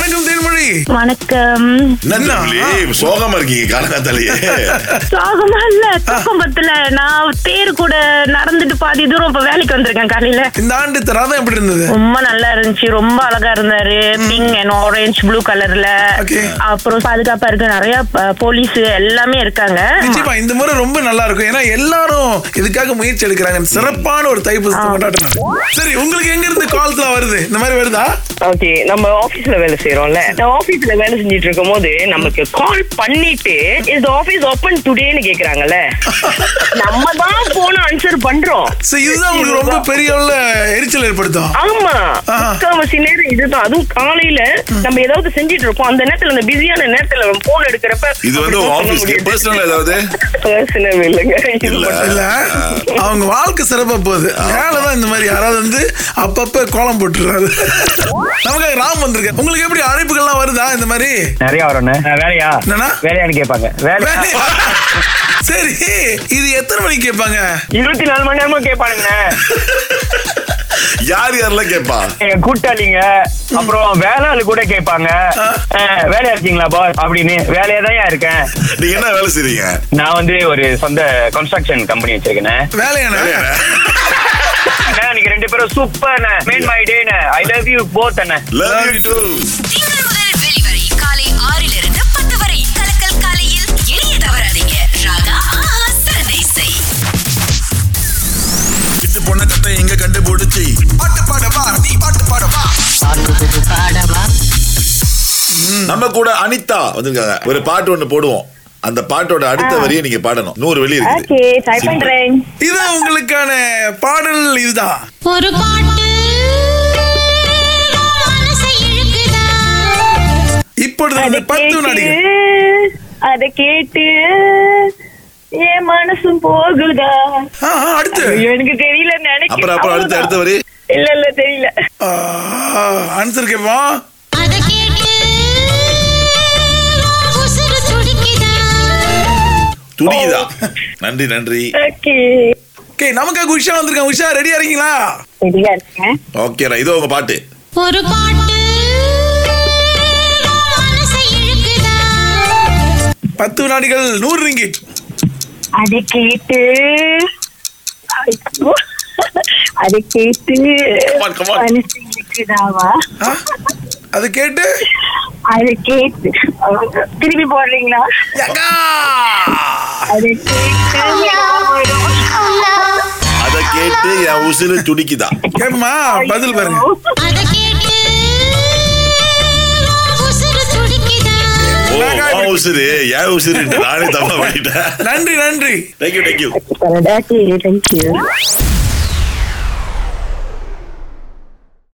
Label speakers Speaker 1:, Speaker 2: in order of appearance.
Speaker 1: நந்தினி
Speaker 2: வணக்கம்
Speaker 1: நந்தினி
Speaker 3: சோகமா இருக்கீங்க காலகாத்தாலேயே
Speaker 2: சோகமா இல்ல தூக்கம் பத்துல நான் தேர் கூட நடந்துட்டு பாதி தூரம் இப்ப வேலைக்கு வந்திருக்கேன் காலையில
Speaker 1: இந்த ஆண்டு தராதம் எப்படி இருந்தது
Speaker 2: ரொம்ப நல்லா இருந்துச்சு ரொம்ப அழகா இருந்தாரு பிங்க் அண்ட் ஆரஞ்சு ப்ளூ கலர்ல
Speaker 1: Okay.
Speaker 2: அப்புறம் பாதுகாப்பா இருக்க நிறைய போலீஸ் எல்லாமே இருக்காங்க
Speaker 1: நிச்சயமா இந்த முறை ரொம்ப நல்லா இருக்கும் ஏன்னா எல்லாரும் இதுக்காக முயற்சி எடுக்கிறாங்க சிறப்பான ஒரு தைப்பூசத்தை கொண்டாடினாங்க சரி உங்களுக்கு எங்க இருந்து கால்ஸ்லாம் வருது இந்த மாதிரி வருதா
Speaker 4: ஓகே நம்ம ஆபீஸ்ல வேலை செய்யறோம்ல நான் ஆபீஸ்ல வேலை செஞ்சுட்டு இருக்கும் போது நமக்கு கால் பண்ணிட்டு இஸ் ஆபீஸ் ஓபன் டுடேன்னு கேக்குறாங்கல்ல நம்ம தான் போன ஆன்சர் பண்றோம்
Speaker 1: சரி இதுதான் உங்களுக்கு ரொம்ப பெரிய அளவுல எரிச்சல் ஏற்படுத்தும்
Speaker 4: ஆமா
Speaker 1: ஆஹா.
Speaker 4: முக்காவாசி நேரம் இதுதான் அதுவும் காலையில நம்ம ஏதாவது செஞ்சுட்டு இருப்போம் அந்த நேரத்துல இந்த பிஸியான நேரத்துல போன் எடுக்கிறப்ப
Speaker 3: இது வந்து ஆபீஸ்க்கு பர்சனல் ஏதாவது
Speaker 4: பர்சனல் இல்லைங்க இது
Speaker 3: இல்ல.
Speaker 4: மட்டும்.
Speaker 1: இல்ல அவங்க வாழ்க்கை சிறப்பா போகுது தான் இந்த மாதிரி யாராவது வந்து அப்பப்ப கோலம் போட்டுறாரு நமக்கு ராம் வந்திருக்காரு உங்களுக்கு எப்படி அழைப்புகள்லாம் வருதா இந்த மாதிரி
Speaker 5: நிறைய வரும்ண்ணே நான் வேலையா
Speaker 1: என்னண்ணா?
Speaker 5: வேலையான்னு கேட்பாங்க வேலை
Speaker 1: வேலை. சரி இது எத்தனை மணிக்கு கேட்பாங்க
Speaker 5: இருபத்தி நாலு மணி நேரமும் கேட்பானுங்கண்ணே
Speaker 3: யார் யாரெல்லாம் கேப்பா
Speaker 5: எங்க கூட்டாளிங்க அப்புறம் வேலையாளு கூட கேட்பாங்க அஹ், வேலையா இருக்கீங்களா பாஸ் அப்படின்னு வேலையா தான் இருக்கேன்
Speaker 3: நீங்க என்ன வேலை செய்றீங்க
Speaker 5: நான் வந்து ஒரு சொந்த கன்ஸ்ட்ரக்ஷன் கம்பெனி வச்சிருக்கேன்
Speaker 1: வேலையாண்ணா
Speaker 5: நீங்க ரெண்டு பேரும் super man my day I love you both அண்ணே
Speaker 3: Love you too.
Speaker 6: திங்கள் முதல் வெளிவரை காலை ஆறிலிருந்து பத்து வரை கலக்கல் காலையில் இணைய தவறாதீங்க ராகா ஆஹா, சிறந்த இசை
Speaker 7: விட்டு போன கத்தை எங்க கண்டுபிடிச்சி பாட்டு பாடவா நீ பாட்டு பாடவா
Speaker 3: நம்ம கூட அனிதா வந்திருக்காங்க ஒரு பாட்டு ஒண்ணு போடுவோம் அந்த பாட்டோட அடுத்த வரியை நீங்க பாடணும் நூறு வழி இருக்குது
Speaker 2: ஓகே ட்ரை பண்றேன்
Speaker 1: இது உங்களுக்கான பாடல் இதுதான்
Speaker 8: ஒரு பாட்டு மனசை இழுக்குதா
Speaker 1: இப்பொழுது அந்த பத்து வினாடிகள்
Speaker 2: அத கேட்டு என் மனசும் போகுதா
Speaker 1: ஆ, ஆ, அடுத்து
Speaker 4: எனக்கு தெரியல
Speaker 3: அப்புறம்
Speaker 4: நினைக்கிறேன்
Speaker 3: அப்புறம் அடுத்த அடுத்த வரி
Speaker 4: இல்ல இல்ல தெரியல
Speaker 1: ஆன்சர் கேட்போம்
Speaker 8: அத கேட்டு உசுறு துடிக்குதா
Speaker 3: துணிதா நன்றி நன்றி
Speaker 4: ஓகே
Speaker 1: ஓகே நமக்காக உஷா வந்திருக்காங்க உஷா ரெடியா இருக்கீங்களா
Speaker 4: சரியா இருக்கேன்
Speaker 3: ஓகேடா இதோ உங்க பாட்டு
Speaker 8: ஒரு பாட்டு மனசை இழுக்குதா
Speaker 1: பத்து வினாடிகள் நூறு ரிங்கிட்
Speaker 4: அதை கேட்டு ஐயோ. அதை கேட்டு
Speaker 3: Come on, come on.
Speaker 4: மனசு இருக்குதாவா
Speaker 1: ஆ? அது கேட்டு
Speaker 4: அதை கேட்டு திருப்பி போடுறீங்களா
Speaker 1: யக்கா!
Speaker 4: அதை கேட்டு
Speaker 3: அதை கேட்டு என் உசுறு துடிக்குதா
Speaker 1: கேட்போமா பதில் பாருங்க
Speaker 8: அத கேட்டு உசுறு துடிக்குதா
Speaker 3: ஓ உன் உசுறு என் உசுறு நானே தப்பா பண்ணிட்டேன்
Speaker 1: நன்றி நன்றி
Speaker 3: தேங்க்யூ தேங்க்யூ
Speaker 4: தேங்க்யூ